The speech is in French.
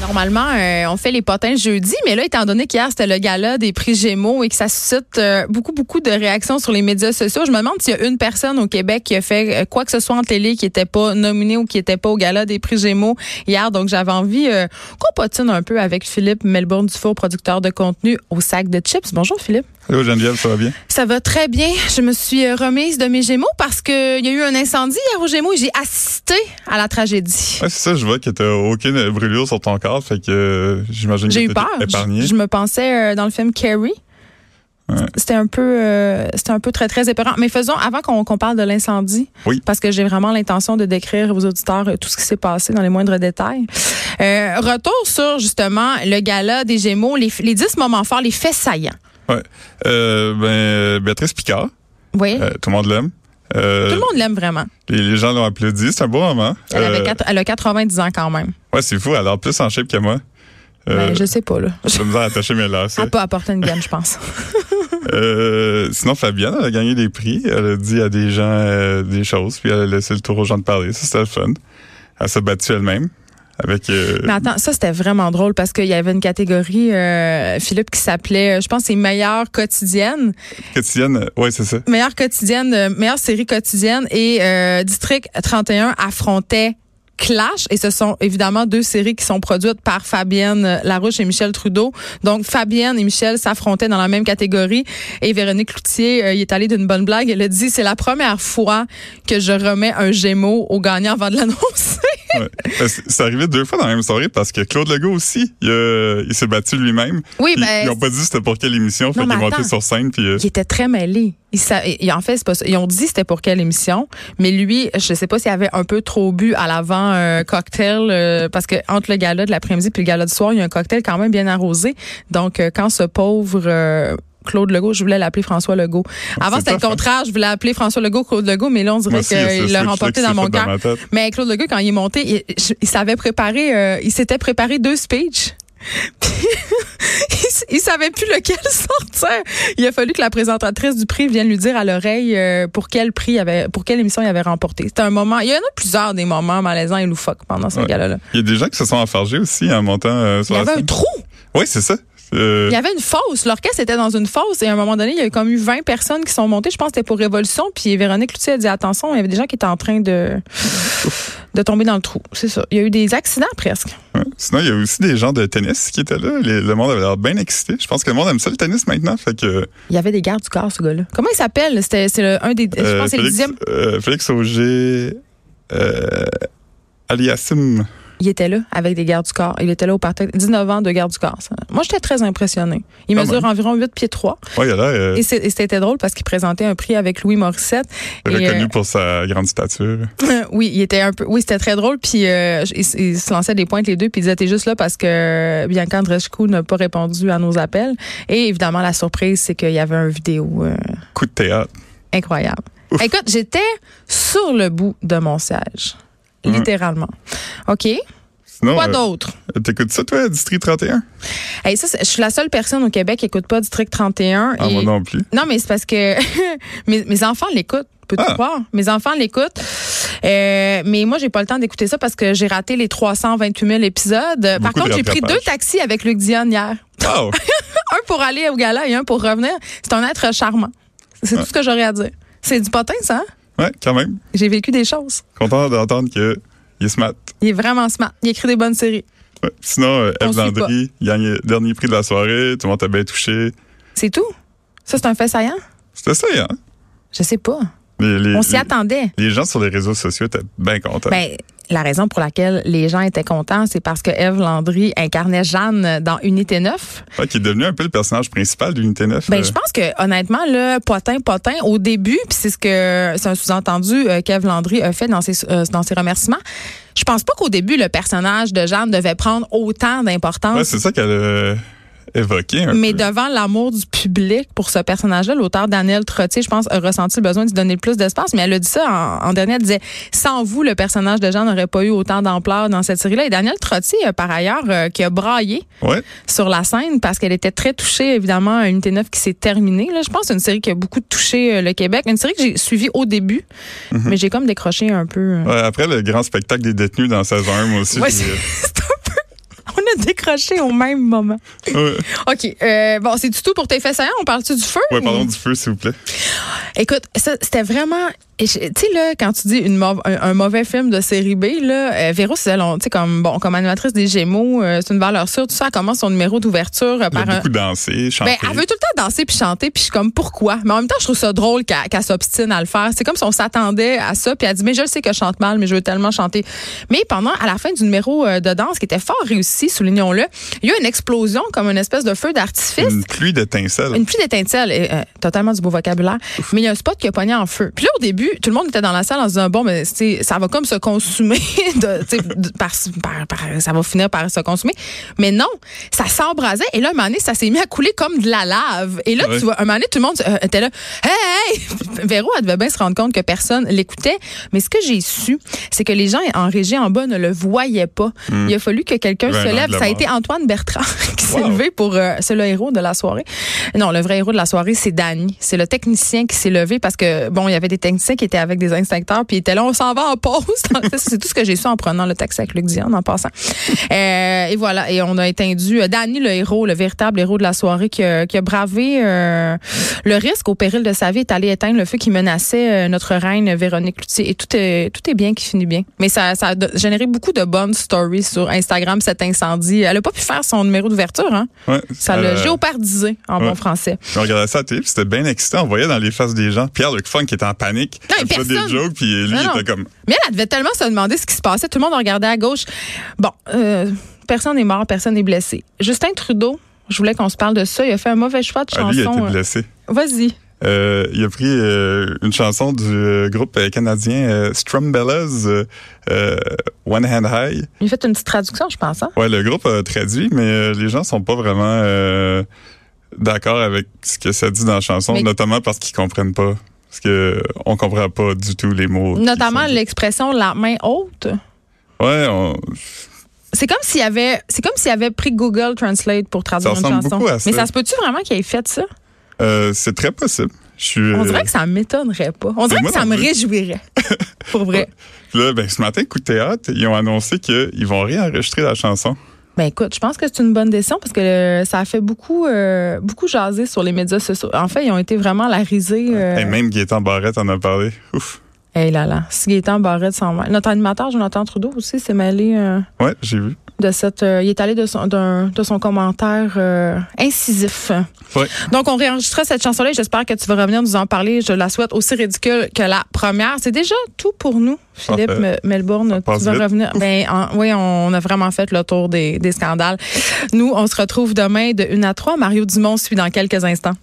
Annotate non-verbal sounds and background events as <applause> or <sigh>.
Normalement, euh, on fait les potins le jeudi, mais là, étant donné qu'hier, c'était le gala des prix Gémeaux et que ça suscite euh, beaucoup, beaucoup de réactions sur les médias sociaux, je me demande s'il y a une personne au Québec qui a fait euh, quoi que ce soit en télé qui n'était pas nominée ou qui n'était pas au gala des prix Gémeaux hier. Donc, j'avais envie euh, qu'on potine un peu avec Philippe Melbourne-Dufour, producteur de contenu au sac de chips. Bonjour, Philippe. Allô Geneviève, ça va bien? Ça va très bien. Je me suis euh, remise de mes Gémeaux parce qu'il y a eu un incendie hier aux Gémeaux et j'ai assisté à la tragédie. Ouais, c'est ça, je vois que t'as aucune brûlure sur ton corps, fait que euh, j'imagine que J'ai eu t'es peur. Je, épargné. je me pensais euh, dans le film Carrie. Ouais. C'était un peu, euh, c'était un peu très très épeurant. Mais faisons avant qu'on qu'on parle de l'incendie, Oui. parce que j'ai vraiment l'intention de décrire aux auditeurs euh, tout ce qui s'est passé dans les moindres détails. Euh, retour sur justement le gala des Gémeaux, les, les 10 moments forts, les faits saillants. Ouais. Euh, ben, euh, Béatrice Picard, Oui, euh, tout le monde l'aime. Euh, Mm. tout le monde l'aime vraiment. les, les gens l'ont applaudi, c'est un beau moment. Elle, avait Euh, quatre- elle a 90 ans quand même. Ouais, c'est fou, elle a l'air plus en shape que moi. Euh, Ben, je sais pas là. J'ai de la misère à attacher mes lacets. Elle peut apporter une gamme, je pense. Ah. Euh, sinon, Fabienne, elle a gagné des prix. Elle a dit à des gens euh, des choses, puis elle a laissé le tour aux gens de parler. Ça, c'était le fun. Elle s'est battue elle-même avec... euh, Mais attends, ça c'était vraiment drôle parce qu'il y avait une catégorie, euh, Philippe, qui s'appelait, euh, je pense, c'est meilleure quotidienne. Quotidienne. Ouais, c'est ça. meilleure quotidienne, euh, meilleure série quotidienne et euh, District 31 affrontait Clash et ce sont évidemment deux séries qui sont produites par Fabienne euh, Larouche et Michel Trudeau. Donc Fabienne et Michel s'affrontaient dans la même catégorie et Véronique Cloutier euh, y est allée d'une bonne blague. Elle a dit c'est la première fois que je remets un Gémeaux au gagnant avant de l'annoncer. Ouais. Ben, c'est c'est arrivé deux fois dans la même soirée parce que Claude Legault aussi, il, a- il s'est battu lui-même. Oui, Puis ben, ils n'ont pas dit c'était pour quelle émission. Fait mais qu'ils est monté attends. sur scène. Puis, euh, qui était très mêlé. Il sa- il- en fait, c'est pas ça. Ils ont dit c'était pour quelle émission, mais lui, je sais pas s'il avait un peu trop bu à l'avant euh, cocktail, euh, parce que entre le gala de l'après-midi puis le gala du soir, il y a un cocktail quand même bien arrosé. Donc, euh, quand ce pauvre euh, Claude Legault, je voulais l'appeler François Legault. Avant, c'est c'était le tough, hein. contraire. Je voulais appeler François Legault, Claude Legault, mais là, on dirait moi aussi, il y a ce qu'il l'a switch-là remporté qui dans s'est mon fait dans cœur. ma tête. Mais Claude Legault, quand il est monté, il, je- il s'avait préparé, euh, il s'était préparé deux speeches. <laughs> Puis, il s- il savait plus lequel <laughs> sortir. Il a fallu que la présentatrice du prix vienne lui dire à l'oreille euh, pour quel prix il avait, pour quelle émission il avait remporté. C'était un moment. Il y en a plusieurs des moments malaisants et loufoques pendant ce Ouais. gala-là. Il y a des gens qui se sont enfargés aussi en montant euh, Il sur y la avait un scène. trou. Oui, c'est ça. Euh, Il y avait une fosse. L'orchestre était dans une fosse et à un moment donné, il y a eu comme eu 20 personnes qui sont montées. Je pense que c'était pour Révolution. Puis Véronique Loutier a dit attention, il y avait des gens qui étaient en train de, de tomber dans le trou. C'est ça. Il y a eu des accidents presque. ouais. Sinon, il y a aussi des gens de tennis qui étaient là. Les- le monde avait l'air bien excité. Je pense que le monde aime ça, le tennis, maintenant. Fait que, euh, Il y avait des gardes du corps, ce gars-là. Comment il s'appelle? C'était, c'est le, un des, je pense que c'est le Euh, Félix, dixième. euh, Félix Auger, euh, Aliassim. Il était là avec des gardes du corps. Il était là au parterre. 19 ans de gardes du corps. ça. Moi, j'étais très impressionnée. Il Quand mesure même. environ 8 pieds 3. Ouais, il a l'air Ah, euh, Et, c'est- et c'était drôle parce qu'il présentait un prix avec Louis Morissette. <laughs> Et, reconnu pour sa grande stature. euh, oui, il était un peu, oui, c'était très drôle. Puis euh, je- il, s- il se lançait des pointes les deux. Puis il disait, t'es juste là parce que Bianca Andreescu n'a pas répondu à nos appels. Et évidemment, la surprise, c'est qu'il y avait un vidéo. euh, Coup de théâtre. Incroyable. Écoute, j'étais sur le bout de mon siège. Ouais. Littéralement. OK? Sinon, Quoi euh, d'autre? T'écoutes ça, toi, District 31? Hey, ça, c'est- je suis la seule personne au Québec qui n'écoute pas District 31. Ah, et- moi non plus. Non, mais c'est parce que <laughs> mes, mes enfants l'écoutent. Peux-tu Ah. croire? Mes enfants l'écoutent. Euh, mais moi, j'ai pas le temps d'écouter ça parce que j'ai raté les 328 000 épisodes. Par Beaucoup de contre, j'ai pris deux rattrapage. taxis avec Luc Dion hier. <laughs> Wow! Un pour aller au gala et un pour revenir. C'est un être charmant. C'est Ah. tout ce que j'aurais à dire. C'est du potin, ça? hein? ouais, quand même. J'ai vécu des choses. Content d'entendre que il est smart. Il est vraiment smart. Il écrit des bonnes séries. Ouais. Sinon, euh, On Eve suit Landry, gagne dernier prix de la soirée, tout le monde t'a bien touché. C'est tout? Ça, c'est un fait saillant? C'était ça, hein? Je sais pas. Les, les- On s'y les- attendait. les gens sur les réseaux sociaux étaient bien contents. Ben, la raison pour laquelle les gens étaient contents, c'est parce que Eve Landry incarnait Jeanne dans Unité 9. Ouais, qui est devenu un peu le personnage principal d'Unité 9. Ben, euh, je pense que honnêtement le potin potin au début, puis c'est ce que c'est un sous-entendu euh, qu'Eve Landry a fait dans ses euh, dans ses remerciements. Je pense pas qu'au début le personnage de Jeanne devait prendre autant ouais, d'importance. c'est ça qu'elle a évoqué. un mais peu. devant l'amour du public pour ce personnage-là, l'auteur Daniel Trottier, je pense, a ressenti le besoin de lui donner le plus d'espace. Mais elle a dit ça en, en dernier. Elle disait Sans vous, le personnage de Jean n'aurait pas eu autant d'ampleur dans cette série-là. Et Daniel Trottier, euh, par ailleurs, euh, qui a braillé Ouais. sur la scène parce qu'elle était très touchée, évidemment, à Unité 9 qui s'est terminée. Là, je pense que c'est une série qui a beaucoup touché euh, le Québec. Une série que j'ai suivie au début, Mm-hmm. mais j'ai comme décroché un peu. euh. Ouais, après le grand spectacle des détenus dans saison 1, moi aussi. Ouais, j'ai- c'est un peu. <laughs> On a décroché au même moment. <laughs> Ouais. OK. euh, bon, c'est du tout pour tes faits saillants. On parle-tu du feu? Ouais, ou- parlons du feu, s'il vous plaît. Écoute, ça, c'était vraiment. et je- Tu sais, là, quand tu dis une mau- un, un mauvais film de série B, là, euh, Véro Cizelon, tu sais, comme, bon, comme animatrice des Gémeaux, euh, c'est une valeur sûre, tout ça, elle commence son numéro d'ouverture euh, Elle a par un. beaucoup dansé, chanté. Ben, elle veut tout le temps danser puis chanter, puis je suis comme, pourquoi? Mais en même temps, je trouve ça drôle qu'elle qu'elle s'obstine à le faire. C'est comme si on s'attendait à ça, puis elle dit, mais je le sais que je chante mal, mais je veux tellement chanter. Mais pendant, à la fin du numéro euh, de danse, qui était fort réussi, soulignons-le, il y a eu une explosion, comme une espèce de feu d'artifice. Une pluie d'étincelles. Une pluie d'étincelles, et, euh, totalement du beau vocabulaire. Mais il y a un spot qui a pogné en feu. Puis là, au début, tout le monde était dans la salle en se disant, bon, mais ça va comme se consumer, <laughs> de, tu sais, de- par, par- par- ça va finir par se consumer. Mais non, ça s'embrasait. Et là, un moment donné, ça s'est mis à couler comme de la lave. Et là, Ah Ouais. tu vois, un moment donné, tout le monde euh, était là, hey, hey! Véro, elle devait bien se rendre compte que personne l'écoutait. Mais ce que j'ai su, c'est que les gens en régie en bas ne le voyaient pas. Il a fallu que quelqu'un Ben, se non, lève. de la Ça a mort. été Antoine Bertrand <laughs> qui s'est Wow. levé pour euh, c'est le héros de la soirée. Non, le vrai héros de la soirée, c'est Danny. C'est le technicien qui s'est levé parce que bon, il y avait des techniciens qui étaient avec des instincteurs puis ils étaient là, on s'en va en pause. <laughs> Ça, c'est tout ce que j'ai su en prenant le taxi avec Luc Dion en passant. Euh, et voilà, et on a étendu euh, Danny le héros, le véritable héros de la soirée qui a, qui a bravé euh, le risque au péril de sa vie est allé éteindre le feu qui menaçait euh, notre reine Véronique Loutier. Et tout est tout est bien qui finit bien. Mais ça, ça a do- généré beaucoup de bonnes stories sur Instagram cet incendie. Elle a pas pu faire son numéro d'ouverture, hein. Ouais. Ça Elle, l'a euh, géopardisé en bon ouais. français. On regardait ça à la télé, puis c'était bien excitant. On voyait dans les faces des gens Pierre-Luc Funk qui était en panique. Non, mais il faisait des personne. jokes, puis lui, Non, il non. était comme... Mais elle, elle devait tellement se demander ce qui se passait. Tout le monde regardait à gauche. Bon, euh, personne n'est mort, personne n'est blessé. Justin Trudeau, je voulais qu'on se parle de ça. Il a fait un mauvais choix de Ah, lui, il a chanson. été euh, blessé. Vas-y. Euh, il a pris euh, une chanson du euh, groupe euh, canadien euh, Strumbellas, euh, euh, One Hand High. Il a fait une petite traduction, je pense. Hein? Ouais, le groupe a traduit, mais euh, les gens sont pas vraiment euh, d'accord avec ce que ça dit dans la chanson, Mais- notamment parce qu'ils comprennent pas. Parce que on comprend pas du tout les mots. qui Notamment sont- l'expression la main haute. Ouais, on- C'est comme s'il avait, c'est comme s'il avait pris Google Translate pour traduire Ça une ressemble chanson. beaucoup à ça. Mais ça se peut-tu vraiment qu'il ait fait ça euh, c'est très possible. Je suis. On euh, dirait que ça m'étonnerait pas. On dirait moi que ça non me plus. réjouirait. <laughs> pour vrai. Là, ben, ce matin, coup de théâtre, ils ont annoncé qu'ils vont réenregistrer la chanson. Ben écoute, je pense que c'est une bonne décision parce que euh, ça a fait beaucoup, euh, beaucoup jaser sur les médias sociaux. En fait, ils ont été vraiment la risée. euh, Et même Gaétan Barrette en a parlé. Ouf. hey là là, si Gaétan Barrette s'en mêle. Notre animateur, Jonathan Trudeau aussi, s'est mêlé euh, Ouais, j'ai vu. de cette. euh, il est allé de son, d'un- de son commentaire euh, incisif. Ouais. Donc, on réenregistrera cette chanson-là. et J'espère que tu vas revenir nous en parler. Je la souhaite aussi ridicule que la première. C'est déjà tout pour nous, Philippe Parfait. Me- Melbourne. passe Tu vas vite. revenir. Ben, en- oui, on a vraiment fait le tour des, des scandales. Nous, on se retrouve demain de 1 à 3. Mario Dumont suit dans quelques instants.